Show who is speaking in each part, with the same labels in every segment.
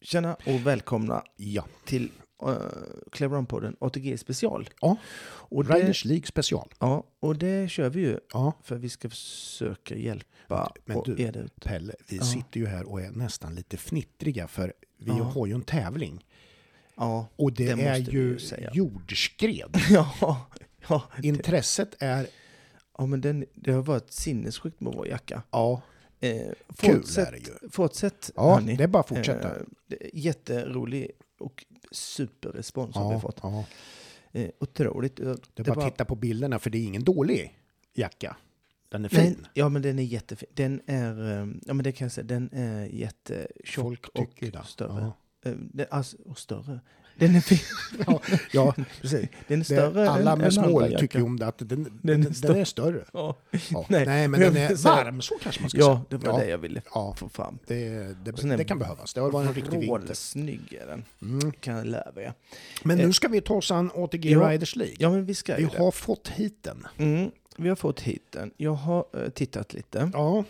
Speaker 1: Tjena och välkomna
Speaker 2: Ja.
Speaker 1: till uh, Cleveron-podden ATG special.
Speaker 2: ja.
Speaker 1: Och det,
Speaker 2: Riders League special.
Speaker 1: ja, och det kör vi ju
Speaker 2: Ja.
Speaker 1: för vi ska försöka hjälpa
Speaker 2: Men
Speaker 1: och
Speaker 2: du-
Speaker 1: er där ute.
Speaker 2: Pelle, vi sitter ju här och är nästan lite fnittriga för vi
Speaker 1: Ja.
Speaker 2: har ju en tävling.
Speaker 1: Ja,
Speaker 2: Och det,
Speaker 1: Det
Speaker 2: är
Speaker 1: måste vi ju
Speaker 2: ju
Speaker 1: säga.
Speaker 2: jordskred.
Speaker 1: ja, ja,
Speaker 2: Intresset är,
Speaker 1: ja, men den, det har varit sinnessjukt med vår jacka.
Speaker 2: ja,
Speaker 1: Eh,
Speaker 2: Kul
Speaker 1: fortsätt,
Speaker 2: är det ju.
Speaker 1: Fortsätt,
Speaker 2: ja
Speaker 1: hörni.
Speaker 2: det är bara att fortsätta.
Speaker 1: Eh, det är jätterolig och superrespons har vi
Speaker 2: ja,
Speaker 1: fått.
Speaker 2: ja.
Speaker 1: Eh, otroligt. Det,
Speaker 2: Det är bara att titta på bilderna för det är ingen dålig jacka. Den är
Speaker 1: Nej,
Speaker 2: fin.
Speaker 1: ja, men den är jättefin. Den är, eh, ja men det kan jag säga, den är jättetjock
Speaker 2: Folk
Speaker 1: och
Speaker 2: tycker det.
Speaker 1: större. Ja. Den, alltså, och större. Den är fin.
Speaker 2: Ja, ja, precis.
Speaker 1: Den är
Speaker 2: Det,
Speaker 1: större
Speaker 2: är- alla
Speaker 1: än,
Speaker 2: med
Speaker 1: än andra
Speaker 2: smål
Speaker 1: jackan.
Speaker 2: tycker ju om det, att den, den,
Speaker 1: Den är
Speaker 2: den,
Speaker 1: större.
Speaker 2: är större.
Speaker 1: Ja,
Speaker 2: Ja.
Speaker 1: Nej,
Speaker 2: Nej, men den
Speaker 1: men
Speaker 2: är
Speaker 1: jag säger-
Speaker 2: varm, så kanske man ska
Speaker 1: ja
Speaker 2: säga.
Speaker 1: det var
Speaker 2: Ja.
Speaker 1: det jag ville
Speaker 2: Ja.
Speaker 1: få fram.
Speaker 2: Det,
Speaker 1: Och sen
Speaker 2: det,
Speaker 1: en
Speaker 2: det kan behövas. Det har varit en riktig vinter.
Speaker 1: Vrålsnygg är den,
Speaker 2: Mm. Eh,
Speaker 1: kan jag lära er.
Speaker 2: Men nu ska vi ta oss an ATG
Speaker 1: Ja.
Speaker 2: Riders League.
Speaker 1: Ja, men vi ska
Speaker 2: Vi
Speaker 1: ju
Speaker 2: har fått hit den.
Speaker 1: det. Mm, vi har fått hit den. Jag har eh, tittat lite.
Speaker 2: Ja.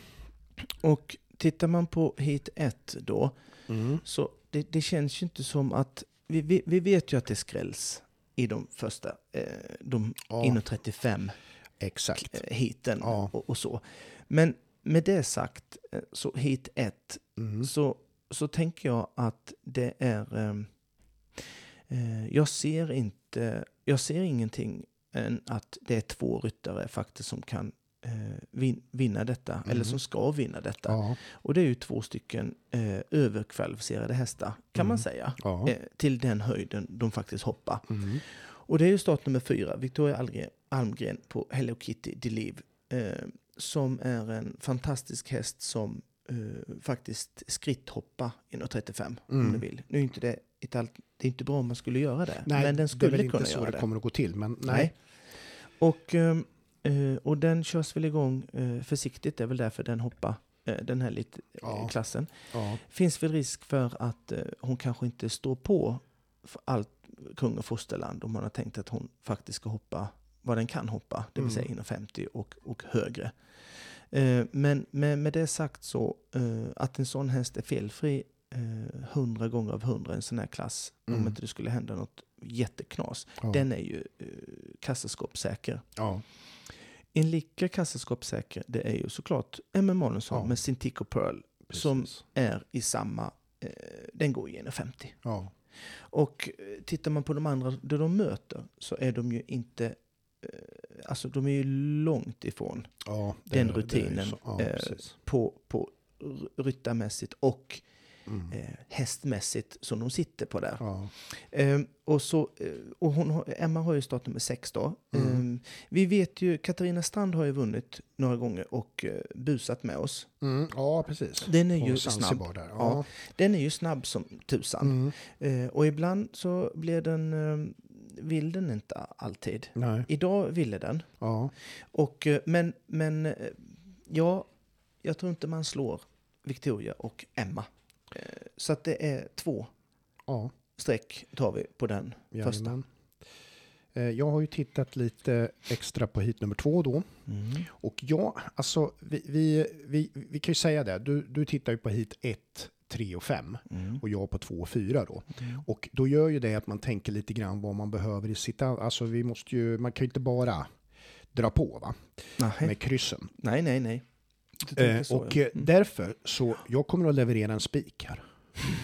Speaker 1: Och tittar man på hit 1 då,
Speaker 2: Mm.
Speaker 1: så det, det känns ju inte som att... Vi, vi, vi vet ju att det skrälls i de första, eh, de
Speaker 2: Ja.
Speaker 1: inom 35
Speaker 2: Exakt.
Speaker 1: eh, hiten
Speaker 2: Ja.
Speaker 1: och, och så. Men med det sagt, eh, så hit 1,
Speaker 2: Mm.
Speaker 1: så, så tänker jag att det är... Eh, eh, jag ser inte... Jag ser ingenting än att det är två ryttare faktiskt som kan eh, vin, vinna detta, eller som ska vinna detta.
Speaker 2: Mhm. Ja.
Speaker 1: Och det är ju två stycken eh, överkvalificerade hästar, kan man säga,
Speaker 2: Mm. Ja.
Speaker 1: eh, till den höjden de faktiskt hoppar.
Speaker 2: Mm.
Speaker 1: Och det är ju start nummer fyra, Victoria Algren, Almgren på Hello Kitty Deliv, eh, som är en fantastisk häst som eh, faktiskt skritthoppa inom 35, om
Speaker 2: Mm.
Speaker 1: du vill. Nu är inte det, ett allt, det är inte bra om man skulle göra det,
Speaker 2: Nej,
Speaker 1: men den skulle
Speaker 2: det är väl
Speaker 1: kunna
Speaker 2: inte så
Speaker 1: göra
Speaker 2: det
Speaker 1: det.
Speaker 2: kommer att gå till. Men nej.
Speaker 1: Nej. Och, ehm, eh, och den körs väl igång eh, försiktigt, det är väl därför den hoppar eh, den här lite, eh,
Speaker 2: Ja.
Speaker 1: klassen.
Speaker 2: Ja.
Speaker 1: Finns väl risk för att eh, hon kanske inte står på för allt kung och fosterland om hon har tänkt att hon faktiskt ska hoppa vad den kan hoppa, det vill
Speaker 2: Mm.
Speaker 1: säga inom 50 och, och högre. Eh, men med, med det sagt så, eh, att en sån häst är felfri eh, 100 gånger av 100 i en sån här klass, om inte det skulle hända något jätteknas,
Speaker 2: Mm. Ja.
Speaker 1: den är ju eh, kassaskåpssäker.
Speaker 2: Ja.
Speaker 1: En lika kassaskåpssäker, det är ju såklart Emma Månsson
Speaker 2: Ja.
Speaker 1: med sin Tico Pearl
Speaker 2: Precis.
Speaker 1: som är i samma, eh, den går igenom 50.
Speaker 2: Ja.
Speaker 1: Och eh, tittar man på de andra där de möter så är de ju inte, eh, alltså de är ju långt ifrån
Speaker 2: Ja. det-
Speaker 1: den
Speaker 2: det är ju
Speaker 1: rutinen
Speaker 2: så. Ja,
Speaker 1: eh,
Speaker 2: precis.
Speaker 1: på, på r- ryttarmässigt och
Speaker 2: Mm.
Speaker 1: eh, hästmässigt som de sitter på där.
Speaker 2: Ja.
Speaker 1: Ehm, och så, eh, och hon, har- Emma har ju startat nummer sex då. Ehm, vi vet ju, Katarina Strand har ju vunnit några gånger och eh, busat med oss.
Speaker 2: Mm. ja, precis.
Speaker 1: Den är
Speaker 2: På
Speaker 1: ju
Speaker 2: Zanzibar
Speaker 1: snabb.
Speaker 2: Där. Ja. Mm.
Speaker 1: Ja, den är ju snabb som tusan. Eh, och ibland så blir den, eh, vill den inte alltid.
Speaker 2: Nej.
Speaker 1: Idag ville den.
Speaker 2: Ja.
Speaker 1: Och, eh, men, men eh, ja, jag tror inte man slår Victoria och Emma. Eh, så att det är två
Speaker 2: Ja.
Speaker 1: streck tar vi på den första.
Speaker 2: Jajamän. Eh, Jag har ju tittat lite extra på hit nummer två då. Och ja, alltså vi, vi, vi, vi kan ju säga det. Du, du tittar ju på hit 1, 3 och 5 och jag på 2 och 4 då. Och då gör ju det att man tänker lite grann vad man behöver i sitt... an- Alltså vi måste ju, man kan ju inte bara dra på va,
Speaker 1: Nej,
Speaker 2: med kryssen.
Speaker 1: nej, nej. nej. Du tänker
Speaker 2: Eh,
Speaker 1: så,
Speaker 2: och
Speaker 1: ja. Mm.
Speaker 2: eh, därför så, jag kommer att leverera en spik här.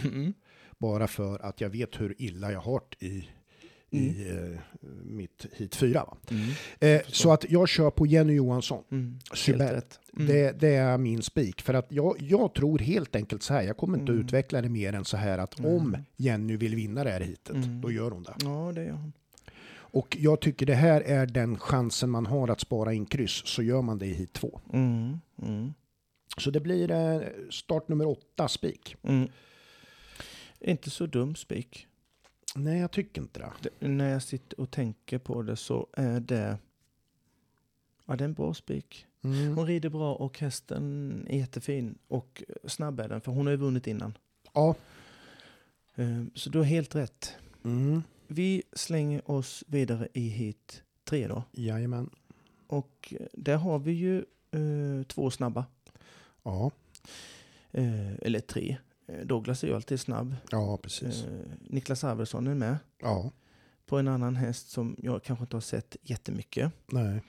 Speaker 1: Mm.
Speaker 2: Bara för att jag vet hur illa jag har det i, i
Speaker 1: Mm.
Speaker 2: eh, mitt hit 4 va. Eh, så att jag kör på Jenny Johansson.
Speaker 1: Mm,
Speaker 2: Sybert.
Speaker 1: rätt. Mm.
Speaker 2: Det, det är min spik. För att jag, jag tror helt enkelt så här, jag kommer
Speaker 1: Mm.
Speaker 2: inte utveckla det mer än så här att om Jenny vill vinna det här hitet,
Speaker 1: Mm.
Speaker 2: då gör hon det.
Speaker 1: Ja, det gör hon.
Speaker 2: Och jag tycker det här är den chansen man har att spara in kryss, så gör man det i hit två.
Speaker 1: Mm, mm,
Speaker 2: Så det blir eh, start nummer åtta spik.
Speaker 1: mm. Inte så dum spik.
Speaker 2: Nej, jag tycker inte det.
Speaker 1: Det- När jag sitter och tänker på det så är det... Ja, det är en bra spik.
Speaker 2: Mm.
Speaker 1: Hon rider bra och hästen är jättefin. Och snabb är den, för hon har ju vunnit innan.
Speaker 2: Ja.
Speaker 1: Eh, Så du har helt rätt.
Speaker 2: Mm.
Speaker 1: Vi slänger oss vidare i hit tre då.
Speaker 2: Jajamän.
Speaker 1: Och eh, där har vi ju eh, två snabba.
Speaker 2: Ja.
Speaker 1: Eh, eller tre. Eh, Douglas är ju alltid snabb.
Speaker 2: Ja, precis.
Speaker 1: Eh, Niklas Arvidsson är med
Speaker 2: Ja,
Speaker 1: på en annan häst som jag kanske inte har sett jättemycket.
Speaker 2: nej.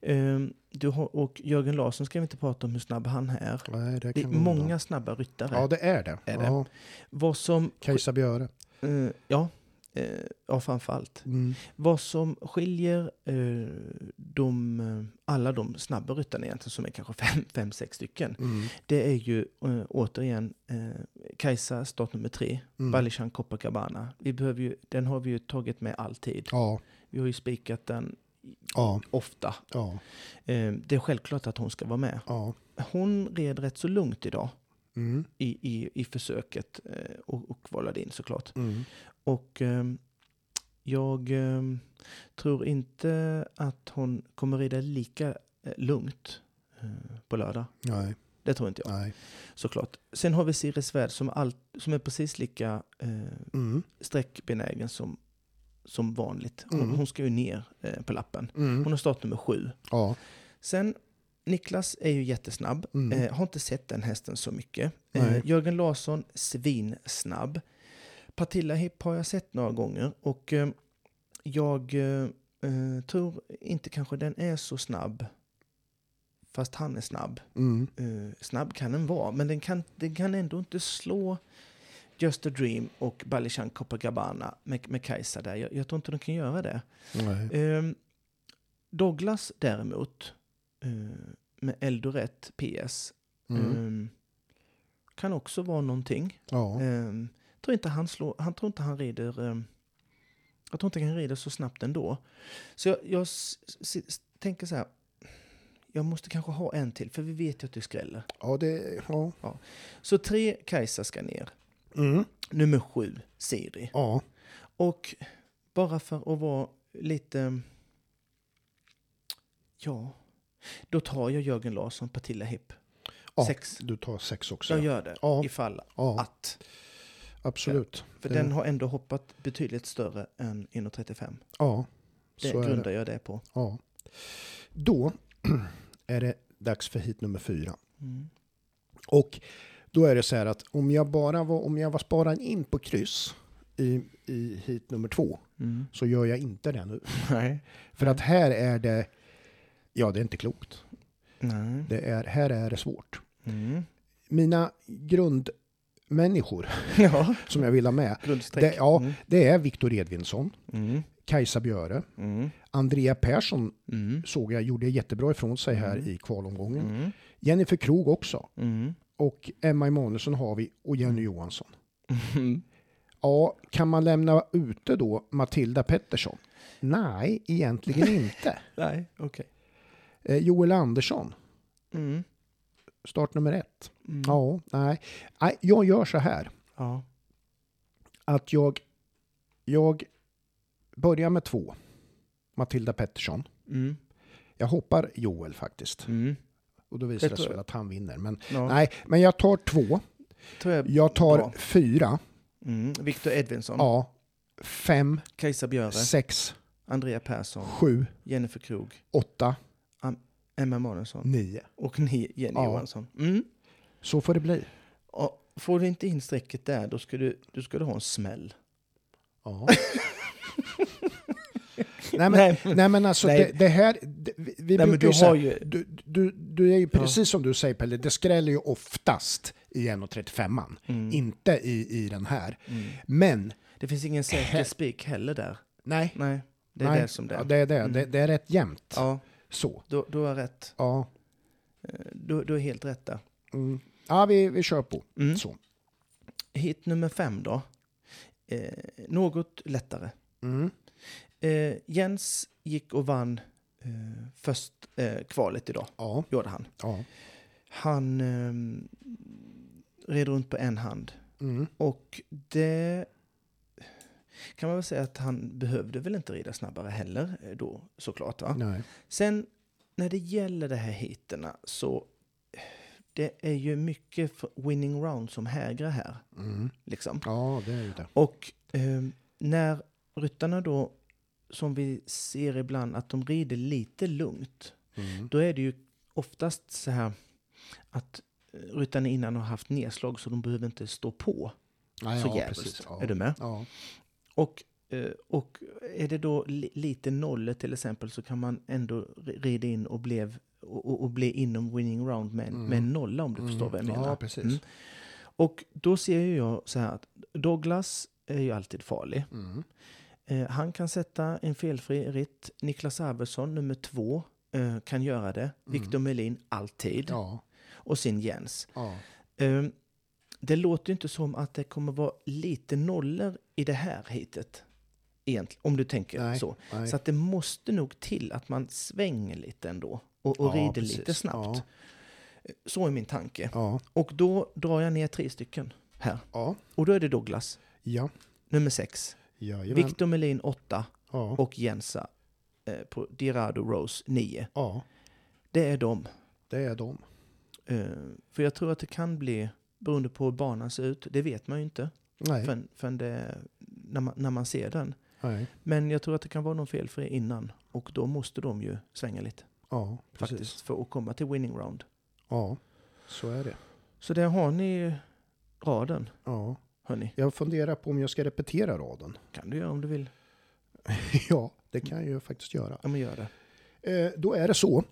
Speaker 1: Eh, du har, och Jörgen Larsson ska vi inte prata om hur snabb han är.
Speaker 2: nej det,
Speaker 1: Det är
Speaker 2: kan vi undan.
Speaker 1: många snabba ryttare.
Speaker 2: Ja, det är det.
Speaker 1: Är det?
Speaker 2: Ja,
Speaker 1: Vad som...
Speaker 2: Kajsa Björe.
Speaker 1: Eh, ja, eh, ja, framför allt.
Speaker 2: Mm.
Speaker 1: Vad som skiljer eh, de, eh, alla de snabba ryttarna egentligen, som är kanske fem, fem sex stycken,
Speaker 2: Mm.
Speaker 1: det är ju eh, återigen eh, Kajsa, start nummer tre,
Speaker 2: Mm.
Speaker 1: Balishan Copacabana. Vi behöver ju, den har vi ju tagit med alltid.
Speaker 2: Ja,
Speaker 1: Vi har ju spikat den
Speaker 2: ja,
Speaker 1: ofta.
Speaker 2: ja,
Speaker 1: Eh, det är självklart att hon ska vara med.
Speaker 2: ja.
Speaker 1: Hon red rätt så lugnt idag
Speaker 2: Mm.
Speaker 1: i, i, i försöket eh, och, och kvalade in såklart.
Speaker 2: Mm.
Speaker 1: Och ehm, jag ehm, tror inte att hon kommer rida lika eh, lugnt eh, på lördag.
Speaker 2: Nej,
Speaker 1: Det tror inte jag
Speaker 2: nej.
Speaker 1: såklart. Sen har vi Siri Svärd som, all, som är precis lika eh,
Speaker 2: Mm.
Speaker 1: sträckbenägen som, som vanligt. Hon,
Speaker 2: Mm.
Speaker 1: hon ska ju ner eh, på lappen. Hon
Speaker 2: Mm.
Speaker 1: har startnummer sju.
Speaker 2: Ja.
Speaker 1: Sen Niklas är ju jättesnabb.
Speaker 2: Mm.
Speaker 1: Eh, har inte sett den hästen så mycket.
Speaker 2: Nej.
Speaker 1: Eh, Jörgen Larsson, svinsnabb. Partilla Hip har jag sett några gånger och eh, jag eh, eh, tror inte kanske den är så snabb. Fast han är snabb.
Speaker 2: Mm.
Speaker 1: Eh, snabb kan den vara, men den kan, den kan ändå inte slå Just a Dream och Balishan Copacabana med, med Kajsa där. Jag, jag tror inte de kan göra det.
Speaker 2: Nej.
Speaker 1: Ehm, Douglas däremot, eh, med Eldoret PS,
Speaker 2: Mm.
Speaker 1: ehm, kan också vara någonting.
Speaker 2: Ja.
Speaker 1: Ehm, tror inte han slår, han tror inte han rider, ehm, jag tror inte han rider så snabbt ändå. Så jag, jag s- s- s- tänker så här, jag måste kanske ha en till, för vi vet ju att det skräller.
Speaker 2: Ja, det... Ja.
Speaker 1: Så tre Kajsa ska ner,
Speaker 2: Mm.
Speaker 1: nummer sju Siri.
Speaker 2: Ja.
Speaker 1: Och bara för att vara lite... Ja, då tar jag Jörgen Larsson, Partilla Hipp.
Speaker 2: Ja,
Speaker 1: Sex.
Speaker 2: Du tar sex också.
Speaker 1: Jag
Speaker 2: Ja,
Speaker 1: gör det,
Speaker 2: Ja.
Speaker 1: ifall
Speaker 2: ja
Speaker 1: att.
Speaker 2: absolut.
Speaker 1: För
Speaker 2: Det-
Speaker 1: den har ändå hoppat betydligt större än 1,35.
Speaker 2: Ja,
Speaker 1: Det
Speaker 2: så är
Speaker 1: grundar
Speaker 2: det.
Speaker 1: jag det på.
Speaker 2: Ja. Då är det dags för hit nummer fyra.
Speaker 1: Mm.
Speaker 2: Och då är det så här att om jag bara var, om jag var sparad in på kryss i, i hit nummer två så gör jag inte det nu.
Speaker 1: Nej.
Speaker 2: För att här är det, ja det är inte klokt.
Speaker 1: Nej.
Speaker 2: Det är, här är det svårt.
Speaker 1: Mm.
Speaker 2: Mina grundmänniskor
Speaker 1: Ja,
Speaker 2: som jag vill ha med,
Speaker 1: grundstreck.
Speaker 2: det, ja,
Speaker 1: Mm.
Speaker 2: det är Viktor Edvinsson,
Speaker 1: Mm.
Speaker 2: Kajsa Björe,
Speaker 1: Mm.
Speaker 2: Andrea Persson
Speaker 1: Mm.
Speaker 2: såg jag gjorde jättebra ifrån sig här
Speaker 1: Mm.
Speaker 2: i kvalomgången.
Speaker 1: Mm.
Speaker 2: Jennifer Krog också.
Speaker 1: Mm.
Speaker 2: Och Emma Emanuelsson har vi och Jenny Johansson.
Speaker 1: Mm.
Speaker 2: Ja, kan man lämna ute då Matilda Pettersson? Nej, egentligen inte.
Speaker 1: Nej, okej.
Speaker 2: Eh, Joel Andersson,
Speaker 1: Mm.
Speaker 2: start nummer ett.
Speaker 1: Mm.
Speaker 2: Ja, nej. nej. Jag gör så här
Speaker 1: Ja.
Speaker 2: att jag, jag börjar med två. Matilda Pettersson.
Speaker 1: Mm.
Speaker 2: Jag hoppar Joel faktiskt.
Speaker 1: Mm.
Speaker 2: Och då visar
Speaker 1: Det
Speaker 2: det
Speaker 1: tror
Speaker 2: sig
Speaker 1: jag.
Speaker 2: att han vinner. Men,
Speaker 1: Ja.
Speaker 2: nej, men jag tar två.
Speaker 1: Tror jag
Speaker 2: Jag tar
Speaker 1: Bra.
Speaker 2: fyra.
Speaker 1: Mm. Victor Edvinsson,
Speaker 2: Ja, fem,
Speaker 1: Kajsa Björe,
Speaker 2: sex,
Speaker 1: Andrea Persson,
Speaker 2: sju,
Speaker 1: Jennifer Krog,
Speaker 2: åtta,
Speaker 1: Emma Magnusson
Speaker 2: nio.
Speaker 1: och ni, Jenny
Speaker 2: Ja.
Speaker 1: Johansson. Mm.
Speaker 2: Så får det bli.
Speaker 1: Ja, får du inte in strecket där, då ska du, du ska du ha en smäll.
Speaker 2: Ja. nej, men, nej.
Speaker 1: Nej, men,
Speaker 2: men alltså
Speaker 1: Nej.
Speaker 2: Det, det här, det, vi vi
Speaker 1: nej, men
Speaker 2: brukar
Speaker 1: du
Speaker 2: ju säga,
Speaker 1: har ju...
Speaker 2: du, du, du är ju
Speaker 1: Ja.
Speaker 2: precis som du säger Pelle, det skräller ju oftast i 1,35an,
Speaker 1: Mm,
Speaker 2: inte i, i den här.
Speaker 1: mm.
Speaker 2: Men,
Speaker 1: Det finns ingen säker spik heller där.
Speaker 2: nej,
Speaker 1: Nej, det är
Speaker 2: nej,
Speaker 1: det som det
Speaker 2: Ja,
Speaker 1: är.
Speaker 2: det är det,
Speaker 1: Mm.
Speaker 2: det, det är rätt jämnt.
Speaker 1: Ja,
Speaker 2: Så,
Speaker 1: då, då är jag rätt.
Speaker 2: ja.
Speaker 1: Eh, Du, du är helt rätt där.
Speaker 2: Mm. Ja, vi, vi kör på.
Speaker 1: Mm.
Speaker 2: Så.
Speaker 1: Hit nummer fem då. Eh, något lättare.
Speaker 2: Mm.
Speaker 1: Eh, Jens gick och vann eh, först eh, kvalet idag,
Speaker 2: Ja,
Speaker 1: gjorde han.
Speaker 2: ja.
Speaker 1: Han eh, red runt på en hand.
Speaker 2: Mm.
Speaker 1: Och det kan man väl säga att han behövde väl inte rida snabbare heller eh, då såklart. Va?
Speaker 2: Nej.
Speaker 1: Sen när det gäller de här heaterna så eh, det är ju mycket för winning round som hägrar här.
Speaker 2: Mm.
Speaker 1: Liksom.
Speaker 2: Ja, det är ju det.
Speaker 1: Och eh, när ryttarna då, som vi ser ibland, att de rider lite lugnt,
Speaker 2: Mm.
Speaker 1: då är det ju oftast så här att ryttarna innan har haft nedslag så de behöver inte stå på
Speaker 2: Ja,
Speaker 1: så
Speaker 2: ja,
Speaker 1: djävulskt.
Speaker 2: precis. Ja.
Speaker 1: Är du med?
Speaker 2: Ja.
Speaker 1: Och, eh, och är det då li, lite nollor till exempel så kan man ändå ri- rida in och, blev, och, och- och bli inom winning round med,
Speaker 2: Mm.
Speaker 1: med en nolla om du förstår vad jag menar.
Speaker 2: Ja, precis.
Speaker 1: Mm. Och då ser ju jag så här att Douglas är ju alltid farlig.
Speaker 2: Mm.
Speaker 1: Eh, han kan sätta en felfri ritt. Niklas Arvidsson, nummer två, eh, kan göra det. Victor Melin, alltid.
Speaker 2: Mm. Ja,
Speaker 1: Och sin Jens.
Speaker 2: ja.
Speaker 1: Ehm, det låter ju inte som att det kommer vara lite nollor i det här hitet. Egentligen, om du tänker
Speaker 2: Nej,
Speaker 1: så.
Speaker 2: nej.
Speaker 1: Så att det måste nog till att man svänger lite ändå och, och
Speaker 2: Ja,
Speaker 1: rider
Speaker 2: precis.
Speaker 1: lite snabbt.
Speaker 2: Ja.
Speaker 1: Så är min tanke.
Speaker 2: Ja,
Speaker 1: Och då drar jag ner tre stycken här.
Speaker 2: ja,
Speaker 1: Och då är det Douglas,
Speaker 2: ja,
Speaker 1: nummer sex.
Speaker 2: jajamän.
Speaker 1: Victor Melin, åtta.
Speaker 2: Ja,
Speaker 1: Och Jensa eh, på Dirado Rose, nio.
Speaker 2: ja,
Speaker 1: Det är dem.
Speaker 2: det är de.
Speaker 1: Eh, för jag tror att det kan bli, beroende på hur banan ser ut, det vet man ju inte.
Speaker 2: Nej,
Speaker 1: förrän, förrän det, när, man, när man ser den.
Speaker 2: nej,
Speaker 1: Men jag tror att det kan vara någon felfri innan och då måste de ju svänga lite
Speaker 2: ja, precis.
Speaker 1: faktiskt för att komma till winning round.
Speaker 2: Ja, så är det.
Speaker 1: Så där har ni raden,
Speaker 2: Ja,
Speaker 1: hörni.
Speaker 2: jag funderar på om jag ska repetera raden.
Speaker 1: kan du göra om du vill.
Speaker 2: ja, det kan jag ju faktiskt göra.
Speaker 1: Ja, men gör det.
Speaker 2: Eh, då är det så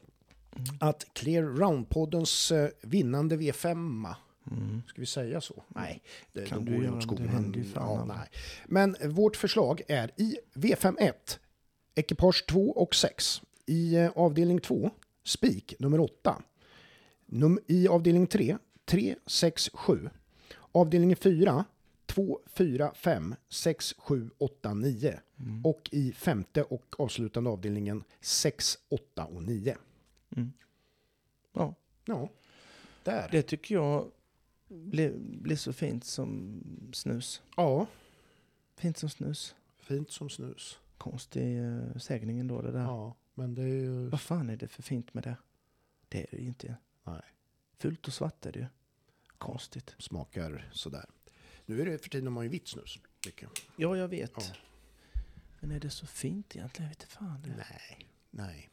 Speaker 2: att Clear Round-poddens eh, vinnande V5
Speaker 1: Mm.
Speaker 2: Ska vi säga så? Nej, det,
Speaker 1: Kan
Speaker 2: då
Speaker 1: du
Speaker 2: går ju
Speaker 1: göra
Speaker 2: åt
Speaker 1: det? Det
Speaker 2: skogen. Mm,
Speaker 1: händer ju fan
Speaker 2: ja,
Speaker 1: aldrig.
Speaker 2: nej. Men vårt förslag är i V51, ekipage 2 och 6. I eh, avdelning 2, spik nummer 8. Num I avdelning 3, 3, 6, 7. Avdelning 4, 2, 4, 5, 6, 7, 8, 9.
Speaker 1: mm,
Speaker 2: Och i femte och avslutande avdelningen 6, 8 och 9.
Speaker 1: mm. Ja,
Speaker 2: Ja, där.
Speaker 1: det tycker jag blir, blir så fint som snus.
Speaker 2: Ja,
Speaker 1: Fint som snus.
Speaker 2: fint som snus.
Speaker 1: Konstig eh, sägning ändå det där.
Speaker 2: Ja, men det är ju...
Speaker 1: Vad fan är det för fint med det? Det är det ju inte.
Speaker 2: Nej.
Speaker 1: Fult och svart är det ju. Konstigt.
Speaker 2: smakar sådär. Nu är det för tiden har man ju vitt snus. Mycket.
Speaker 1: Ja, jag vet.
Speaker 2: Ja.
Speaker 1: Men är det så fint egentligen? Jag vet inte fan. Det.
Speaker 2: Nej. Nej.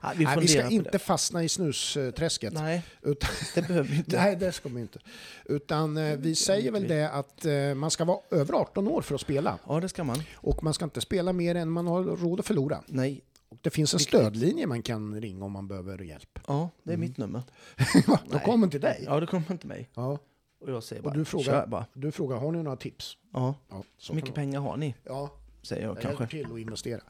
Speaker 1: Ah,
Speaker 2: Vi, Nej, vi
Speaker 1: funderar
Speaker 2: ska
Speaker 1: på
Speaker 2: inte
Speaker 1: det.
Speaker 2: fastna i snusträsket. Nej,
Speaker 1: Nej,
Speaker 2: utan,
Speaker 1: det behöver vi inte.
Speaker 2: nej det ska vi inte. Utan eh, vi säger väl det att eh, man ska vara över 18 år för att spela.
Speaker 1: Ja, det ska man.
Speaker 2: Och man ska inte spela mer än man har råd att förlora.
Speaker 1: Nej.
Speaker 2: Och det finns en
Speaker 1: Viktigt.
Speaker 2: stödlinje man kan ringa om man behöver hjälp.
Speaker 1: Ja, det är mitt nummer.
Speaker 2: Då kommer till Mm. dig.
Speaker 1: Ja, det kommer inte mig.
Speaker 2: Ja.
Speaker 1: Och jag säger bara,
Speaker 2: Och
Speaker 1: kör
Speaker 2: du frågar,
Speaker 1: bara.
Speaker 2: du frågar, har ni några tips?
Speaker 1: Ja,
Speaker 2: Ja, så
Speaker 1: så mycket
Speaker 2: kan det
Speaker 1: pengar har ni,
Speaker 2: vara. Ja,
Speaker 1: säger jag
Speaker 2: det
Speaker 1: kanske. Mm.
Speaker 2: hjälper till att investera.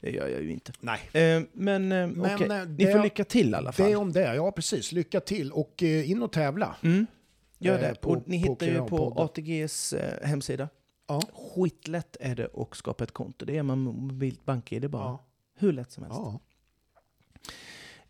Speaker 1: Det gör jag ju inte.
Speaker 2: Nej.
Speaker 1: Eh, men eh, okej,
Speaker 2: eh,
Speaker 1: ni
Speaker 2: det-
Speaker 1: får lycka till i alla fall.
Speaker 2: Det om det, ja precis. Lycka till och eh, in och tävla.
Speaker 1: Mm. Gör
Speaker 2: eh,
Speaker 1: det.
Speaker 2: på-
Speaker 1: och ni
Speaker 2: på
Speaker 1: hittar ju på
Speaker 2: Kranpodden.
Speaker 1: ATGs eh, hemsida.
Speaker 2: Ja.
Speaker 1: Skitlätt är det att skapa ett konto. Det är man med mobilt bank-id bara.
Speaker 2: Ja.
Speaker 1: Hur lätt som helst.
Speaker 2: ja.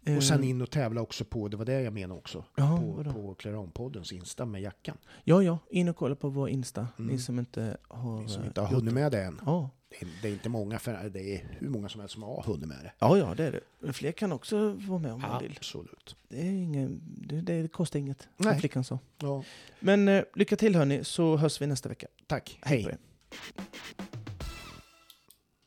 Speaker 1: Eh,
Speaker 2: Och sen in och tävla också på, det var det jag menade också,
Speaker 1: Ja,
Speaker 2: på,
Speaker 1: vadå?
Speaker 2: på Clarion-poddens Insta med jackan.
Speaker 1: Ja, ja. In och kolla på vår Insta.
Speaker 2: Mm.
Speaker 1: Ni som inte har...
Speaker 2: Ni som
Speaker 1: eh,
Speaker 2: inte har
Speaker 1: gjort
Speaker 2: hunnit med det än.
Speaker 1: det. Ja.
Speaker 2: Det är, det är inte många, för det är hur många som helst som har hunnit med det.
Speaker 1: ja, ja, det är det. Men Fler kan också vara med om man vill.
Speaker 2: Absolut.
Speaker 1: Det, är ingen, det, det kostar inget, som
Speaker 2: Nej.
Speaker 1: flickan sa.
Speaker 2: Ja,
Speaker 1: Men eh, lycka till hörni, så hörs vi nästa vecka.
Speaker 2: tack.
Speaker 1: på er.